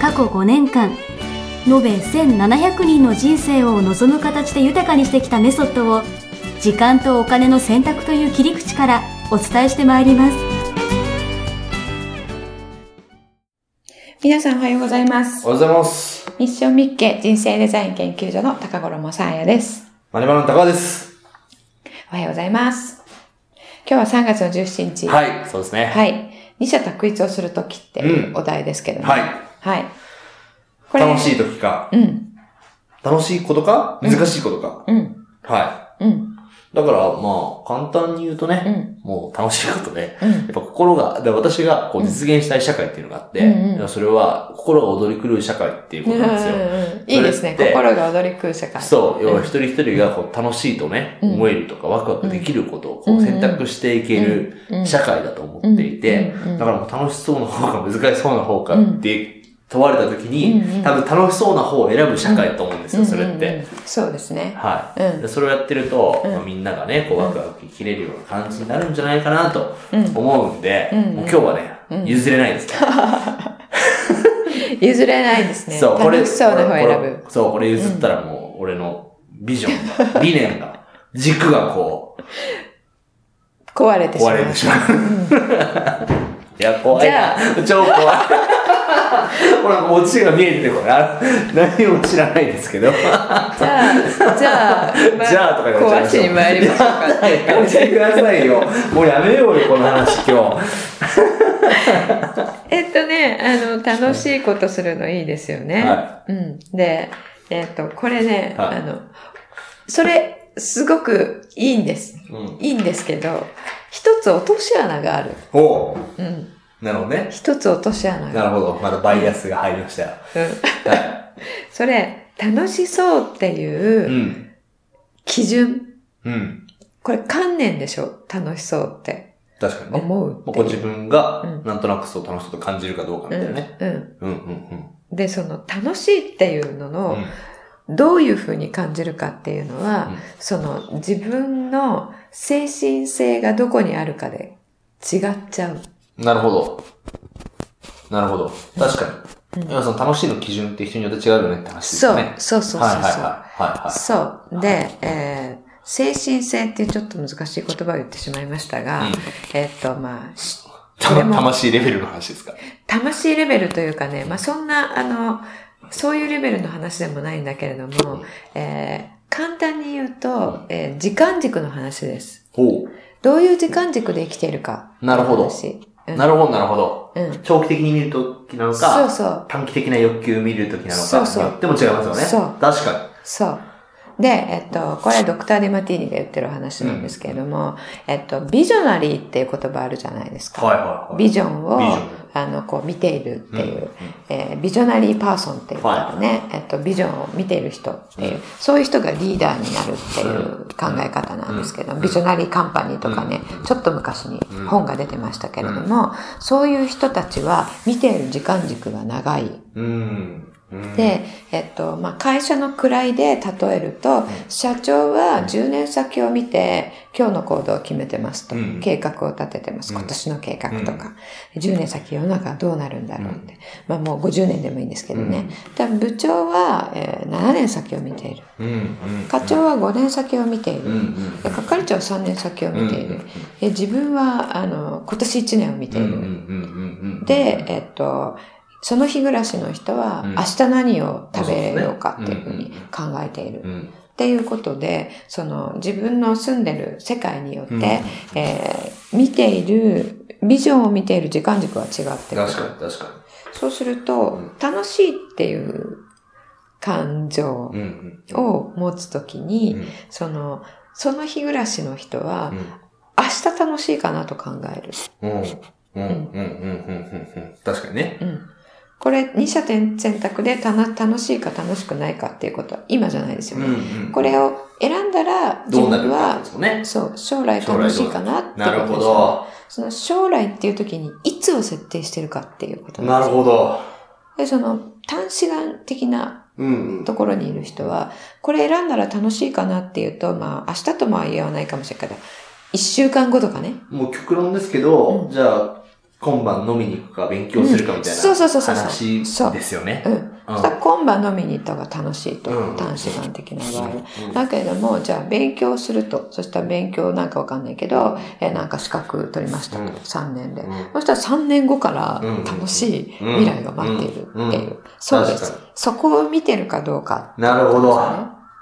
過去5年間延べ1700人の人生を望む形で豊かにしてきたメソッドを時間とお金の選択という切り口からお伝えしてまいります皆さんおはようございます。おはようございます。ミッションミッケ人生デザイン研究所の高衣さあやです。マネマの高田です。おはようございます。今日は3月の17日。い。はい。そうですね。い。はい。二者択一をするときっていうお題ですけどね。はい。はい。こ楽しい時か。うん。楽しいことか難しいことか。うん。はうん。い。だから、まあ、簡単に言うとうね、ん。もう楽しいことで、うん。やっぱ心が、で私がこう実現したい社会っていうのがあって、うんうんそれは心が踊り狂う社会っていうことなんですよ。うんいいですね。それって心が踊り空社会。そう、要は一人一人がこう楽しいとね、うん思えるとかワクワクできることをこう選択していけるうん社会だと思っていて、うんうんだからもう楽しそうな方か難しそうな方かって問われた時に、うんうん多分楽しそうな方を選ぶ社会だと思うんですよ、それって。うんうんうん。そうですね。はうい。んで。それをやってると、うんまあみんながね、こうワクワク生きれるような感じになるんじゃないかなとうん思うんで、うんうんもう今日はね、うん譲れないですね。譲れないですね。そう、これ、楽しそうな方を選こぶ。れそう、これ譲ったらもう、俺のビジョンが、理念が、軸がこ壊れう、てしま壊う。れてしまう。 いや、怖いな。超怖い。ほら、オチが見えてこれ、あ何も知らないですけど。じゃあ、じゃあ、ま じゃあとか言われ壊しに参りましょうか。やめてくださいよ。もうやめようよ、この話今日。えっとね、あの、楽しいことするのいいですよね。はうん。で、えっと、これね、はいあの、それ、すごくいいんです。うん。いいんですけど、一つ落とし穴がある。おううん。なるほどね。一つ落とし穴があなるほど。まだバイアスが入りましたよ。る。はうん。 それ、楽しそうってい。いう。うん基準。うん。これ観念でしょ楽しそうって確かにね。思うってまあ、こいう自分がうん、なんとなくそう楽しそうと感じるかどうかみたいなね。うん。ううんうんん。で、その楽しいっていうのうん。の、うんどういうふうに感じるかっていうのは、うんその自分の精神性がどこにあるかで違っちゃう。なるほど。なるほど。確かに。うん今その楽しいの基準って人によって違うよねって話ですそようね。そうそうそうそう。はいはいはいはいはい。そう。で、えー精神性っていうちょっと難しい言葉を言ってしまいましたが、うんえっと、まあ、したでも魂レベルの話ですか。魂レベルというかね、まあ、そんな、あの、そういうレベルの話でもないんだけれども、えー簡単に言うと、えー時間軸の話です。ほどういう時間軸で生きているか。なるほどうう。んなるほど、なるほど。うん。長期的に見るときなのそうか、そう、短期的な欲求を見るときなのそうか、そうによっても違いますよね。そう確かそう。で、えっと、これドクター・ディマティーニが言ってるお話なんですけれども、えっと、ビジョナリーっていう言葉あるじゃないですか。に。はいはいはい。ビジョンをビジョンあのこう見ているっていう、うんうんえービジョナリーパーソンっていう方でね、えっと、ビジョンを見ている人っていう、うんそういう人がリーダーになるっていう考え方なんですけど、ビジョナリーカンパニーとかね、ちょっと昔に本が出てましたけれども、そういう人たちは見ている時間軸が長い。うん。うん、で、えっと、まあ、会社の位で例えると、社長は10年先を見て、今日の行動を決めてますと、うん計画を立ててます。うん今年の計画とか、10年先世の中はどうなるんだろうって。まあ、もう50年でもいいんですけどね。だから部長は、えー7年先を見ている。うん、うん。課長は5年先を見ている。うん、うん。で係長は3年先を見ている。うんうんうんで自分は、あの、今年1年を見ている。うんうんうんうんうんで、えっと、その日暮らしの人は、うん明日何を食べようかっていうふうにそうですね考えている。うっんていうことで、その自分の住んでる世界によって、うんえー見ている、ビジョンを見ている時間軸は違ってくる確。かに確かそうすると、うん楽しいっていう感情に。うんを持つときに、うんうんその、その日暮らしの人は、う明日楽しいかなと考える。んうんうんうんうんうんうんうん確かにね。うんこれ、れ二者点選択でたな楽しいか楽しくないかっていうことは今じゃないですようんね。うんこれを選んだら自どうな分るかはですよね。そう、将来楽しいかなってなることほですよど。その将来っていう時にいつを設定してるかっていうことなるんですほど。で、その短視眼的なうん。ところにいる人は、これ選んだら楽しいかなっていうと、まあ明日ともは言わないかもしれないけど、一週間後とかね。もう極論ですけど、うんじゃあ、今晩飲みに行くか勉強するかみたいなそうそうそうそう話そうですよねう。ん。うそしたら今晩飲みに行った方が楽しいと、うん短視眼的な場合は。うんだけれども、じゃあ勉強すると、そしたら勉強なんかわかんないけど、えーなんか資格取りましたと、うん3年で。うんそしたら3年後からうん楽しい未来が待っているっていう。うんうんそうです確か。そこを見てるかどうか、なるほど。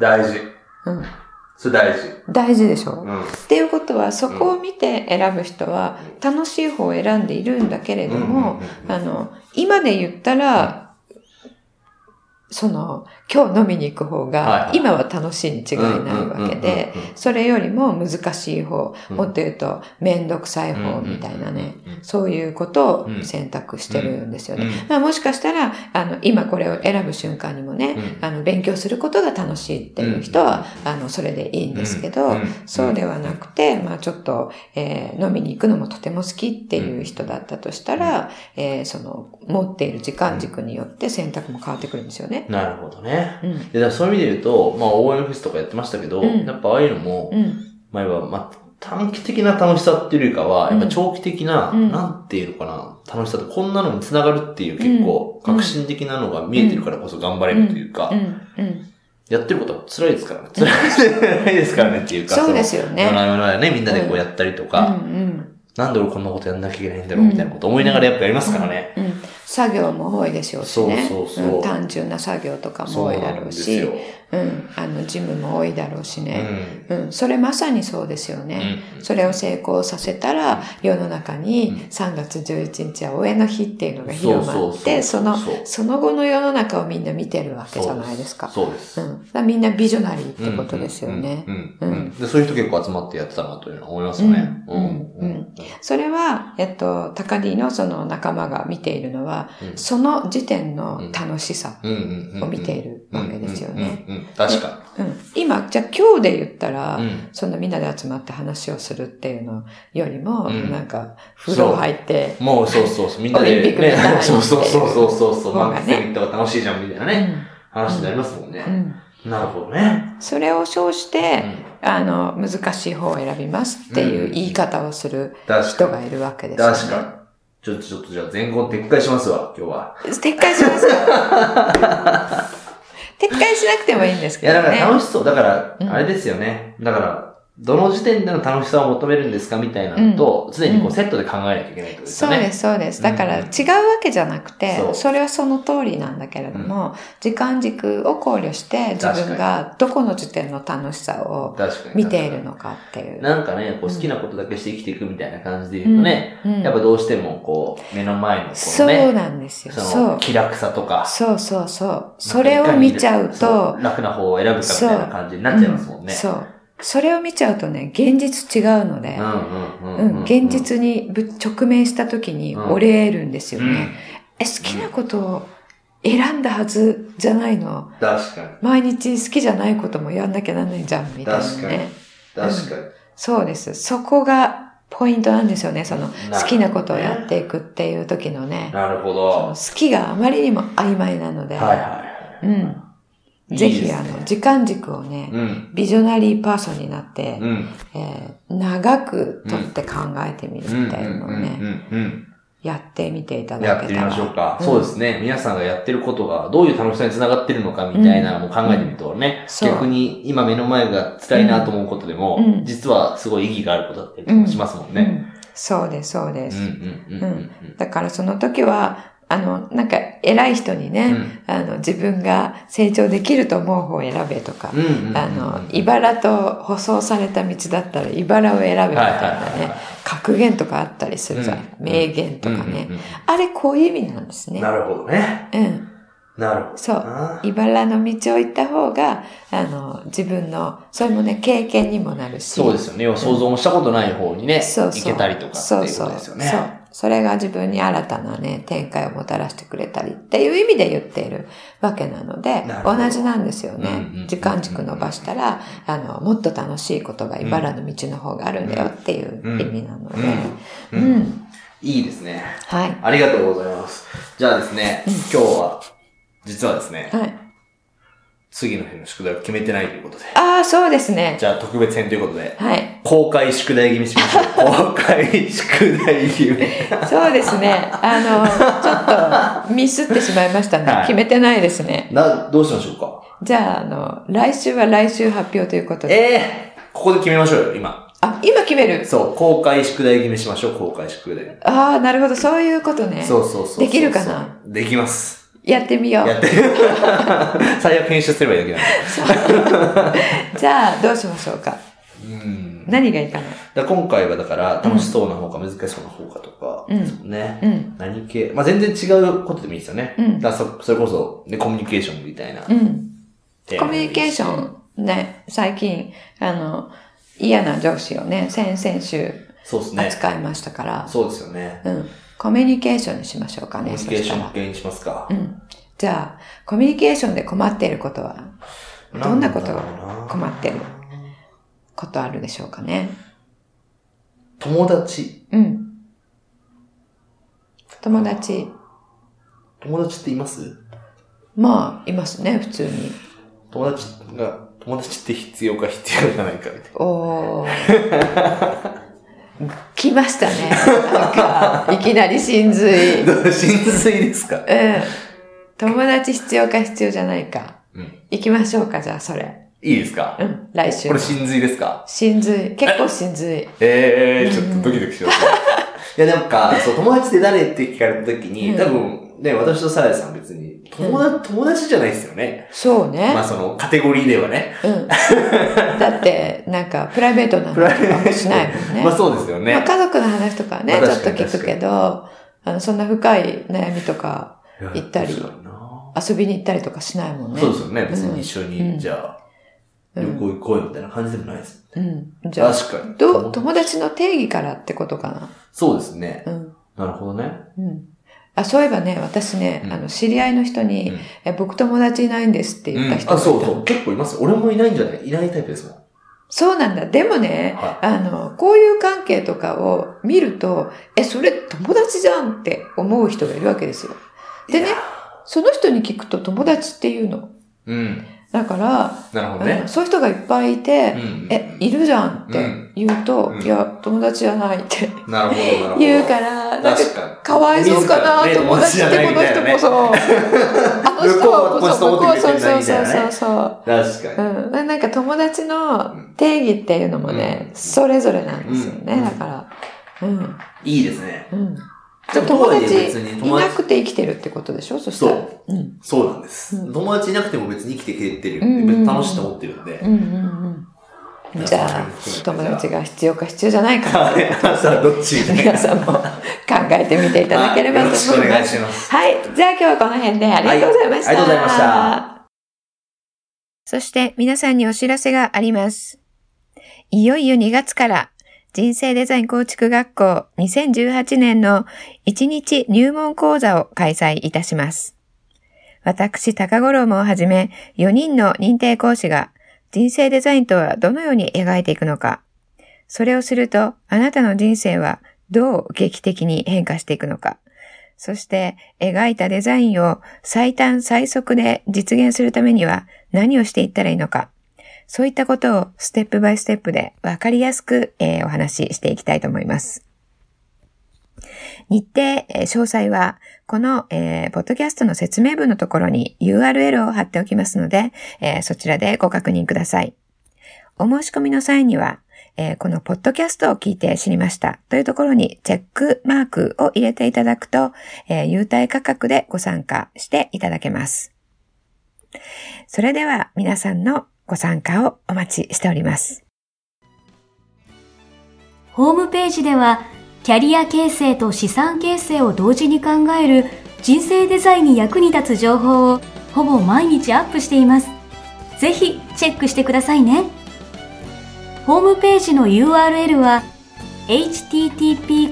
大事。うん。それ大事。大事でしょ、うっん。ていうことは、そこを見て選ぶ人は、楽しい方を選んでいるんだけれども、あの、今で言ったら、その、今日飲みに行く方はいがは、い今は楽しいに違いないわけでうんうんうんうんうん、それよりも難しい方、うんもっと言うと、めんどくさい方みたいなねうんうんうんう、んそういうことをうん選択してるんですようねん。まあもしかしたら、あの、今これを選ぶ瞬間にもね、うんあの、勉強することが楽しいっていう人は、あの、それでいいんですけど、うんうんそうではなくて、まあちょっと、えー飲みに行くのもとても好きっていう人だったとしたら、えーその、持っている時間軸によって選択も変わってくるんですよね。なるほどね。うん。で、だからそういう意味で言うと、まあ、OM フェスとかやってましたけど、うんやっぱああいうのも、うん。まあ、言えば、まあ、短期的な楽しさっていうよりかは、うやんっぱ長期的な、うんなんていうのかな、楽しさとこんなのにつながるっていう結構、うん革新的なのが見えてるからこそ頑張れるというか、うん。うん。やってることは辛いですからね。辛いですからねっていうか、そうですよねその夜な夜なね、みんなでこうやったりとか、うんうんなんで俺こんなことやんなきゃいけないんだろうみたいなこと思いながらやっぱやりますからね。うん、作業も多いでしょうしねそうそうそうん単純な作業とかもそう多いだろなんうですしよう。ん、あのジムも多いだろうしうね、ん。うんそれまさにそうですよね、うんそれを成功させたら世の中に3月11日は応援の日っていうのが広まってそそうそうのそうそうその後の世の中をみんな見てるわけじゃないですかそうです。うん、だからみんなビジョナリーってことですよね、うん。ううんんうんでそういう人結構集まってやってたなというのは思いますよね。うんうんうんそれは、えっと、高 D のその仲間が見ているのは、うんその時点の楽しさうんうんうんを見ているわけですよね。うんうんうんうん確かうん今、じゃあ今日で言ったら、に。うんそんなみんなで集まって話をするっていうのよりも、うんなんか、風呂入って、もうそうそうそう、みんなオリンピで、ックでさね、そうそうそうそうそうそう、方がねマックス行ったら楽しいじゃんみたいなね、話になりますもんうんね。なるほどね。それを称しうて、んあの、難しい方を選びますっていう言い方をする確人かがいるわけでに。すよね。確かに。ちょっと、ちょっと、じゃあ、前後撤回しますわ、今日は。 撤回しますか 撤回しなくてもいいんですいけや、どだね。から楽しそう。だからう、んあれですよね。だから、どの時点での楽しさを求めるんですかみたいなのと、常にこううんセットで考えなきゃいけないってことですそようね。。ですす、そうです。だからうん違うわけじゃなくて、そうそれはその通りなんだけれども、時間軸を考慮して自分がどこの時点の楽しさを確かに。見ているのかっていう。なんかね、こう好きなことだけして生きていくみたいな感じで言うとね、うんうんやっぱどうしてもこう、目の前のこそのうね、なんですよ。そそのう。気楽さとか、そうそうそう。それを見ちゃうそと、楽な方を選ぶかみたいな感じになっちゃいますもんね。そう。それを見ちゃうとね、現実違うので、うんううんうんうんん、現実にぶ直面した時に折れるんですよね。うんえ、好きなことを選んだはずじゃないの。確かに。毎日好きじゃないこともやんなきゃなんないじゃん、みたい確なかにね。確かに。そうです。そこがポイントなんですよね。そのるほどね好きなことをやっていくっていう時のね。なるほど。そのは好きがあまりにも曖昧なので、いはうん。い。ぜいいひ、ですあねの、時間軸をね、うん。ビジョナリーパーソンになって、うん。えー長くとって考えてみるみたいなのをね、うんうんうんやってみていたやだっけてたら。みましょうか。うんそうですね。皆さんがやってることがどういう楽しさにつながってるのかみたいなのも考えてみるとね、そう逆に今目の前が辛いなと思うことでも、うん実はすごい意義があることだったりとかしますもんうね。んそうです、そうでうす。んうんうんうんだからその時は、あの、なんか偉い人にね、あの、自分が成長できると思う方を選べとか、うんうんうんうんあの、茨と舗装された道だったら茨を選べみたいはいなはいはいねはい、格言とかあったりするじゃん。うん名言とかね、うんうんうんあれこういう意味なんですねな。るほどね。うん。なるほど。そう。茨の道を行った方が、あの、自分の、それもね、経験にもなるし。そうですよね。要は想像もしたことない方にね、そうそう行けたりとかっていうことですよね。そうそうそれが自分に新たなね、展開をもたらしてくれたりっていう意味で言っているわけなのでなる、ほ同どじなんですようんうんうんうねん。時間軸伸ばしたら、あの、もっと楽しいことが茨の道の方があるんだよっていう意味なので、ううんうんん。いいですね。はい。ありがとうございます。じゃあですね、今日は、実はですね、はい。次の日の宿題を決めてないということで。ああ、そうですね。じゃあ特別編ということで、はい。公開宿題気味しましょ う。公開宿題気味。そうですね。あの、ちょっとミスってしまいましたね。はい決めてないですね。な、どうしましょうかじゃあ、あの、来週は来週発表ということで。ええここで決めましょうよ、今。あ、今決めるそう、公開宿題気味しましょう、公開宿題。ああ、なるほど。そういうことね。そうそうそうそう。できるかなできます。やってみよやう。って。 最悪編集すればいいだけなんで。じゃあ、どうしましょうか。うん。何がいいかな。だから今回はだから、楽しそうな方か難しそうな方かとか、うんそうね。うん。何系まあ、全然違うことでもいいですよね。うんだからそそれこそ、ね、コミュニケーションみたいな。うん。テーコマでミもいュいニしケーション、ね、最近、あの、嫌な上司をね、先々週そうですね。扱いましたから、そうですよね。うん。コミュニケーションにしましょうかコミね。ュニケーシそョしンたら系にしますかう。ん。じゃあ、コミュニケーションで困っていることは、どんなことなんだろうなが困ってることあるでしょうかね。友達。うん。友達、友達っていますまあ、いますね、普通に。友達が、友達って必要か必要じゃないかみたい おー。来ましたね。なんか、いきなり真 髄。うん。な。真髄ですか友達必要か必要じゃないか。うん。行きましょうか、じゃあ、それ。いいですかうん、来週こ。れ真髄ですか真髄。結構真髄。ええー、ちょっとドキドキ しますね。いや、なんか、そう、友達って誰って聞かれた時うに、ん多分、ね、私とサラヤさん別に、友達、友達じゃないですよね。そうね。まあ、その、カテゴリーではね。 うん。だって、なんか、プライベートな話とかもしないもんね。まあ、そうですよね。まあ家族の話とかはね、まあちょっと確かに聞くけど、あの、そんな深い悩みとか、行ったりいや確かにな遊びに行ったりとかしないもんね。そうですよね。別うんに一緒に、うんじゃあ、う旅ん行行こうよみたいな感じでもないです。うん。じゃあ、確かに。どう、友達の定義からってことかそうですね。な。うん。なるほどね。うん。あ、そういえばね、私ね、うんあの、知り合いの人に、うんえ、僕友達いないんですって言った人うん、あ、がいた、そうそう。結構います。俺もいないんじゃないいないタイプですもん。そうなんだ。でもね、はあの、こういう関係とかを見ると、え、それ友達じゃんって思う人がいるわけですよ。でねいや、その人に聞くと友達っていうの。うん。だから、なるほどうねん。そういう人がいっぱいいて、うんえ、いるじゃんって言うと、うんいや、友達じゃないってなるほど、なるほど。言うから、なん確か、かに。かわいそうかな、自らね友達ってこの人こ。そ。あの人向こうこそ、はこの人思ってくれてそるんだうみたそいうなそねうそう。確かに。うん、ななんか友達の定義っていうのもね、うんそれぞれなんですよね、うんだから、うんいいですね。うん、でも友とはいえ達別にい友な達くて生きてるってことでしょそしたら、そうん、そうなんです。うん友達いなくても別に生きてくれてるうんうんうんんで、別に楽しいと思ってるんでう。んうんうんじゃあ友達が必要か必要じゃないかはい。さあ、どっちみたい皆な。さんも考えてみていただければと思いますはいよろしくお願いしますはいじゃあ今日はこの辺でありがとうございました、はいありがとうございましたそして皆さんにお知らせがあります。いよいよ2月から人生デザイン構築学校2018年の1日入門講座を開催いたします。私、高五郎もをはじめ4人の認定講師が人生デザインとはどのように描いていくのか、それをするとあなたの人生はどう劇的に変化していくのか、そして描いたデザインを最短最速で実現するためには何をしていったらいいのか、そういったことをステップバイステップで分かりやすく、えーお話ししていきたいと思います。日程、えー詳細は、この、えーポッドキャストの説明文のところに URL を貼っておきますので、えーそちらでご確認ください。お申し込みの際には、えーこのポッドキャストを聞いて知りましたというところにチェックマークを入れていただくと、えー優待価格でご参加していただけます。それでは皆さんのご参加をお待ちしております。ホームページでは、キャリア形成と資産形成を同時に考える人生デザインに役に立つ情報をほぼ毎日アップしています。ぜひチェックしてくださいね。ホームページの URL は http://www.kariya-keiser.com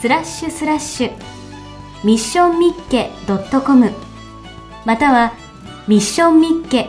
スラッシュスラッシュミッションミッケ .com またはミッションミッケ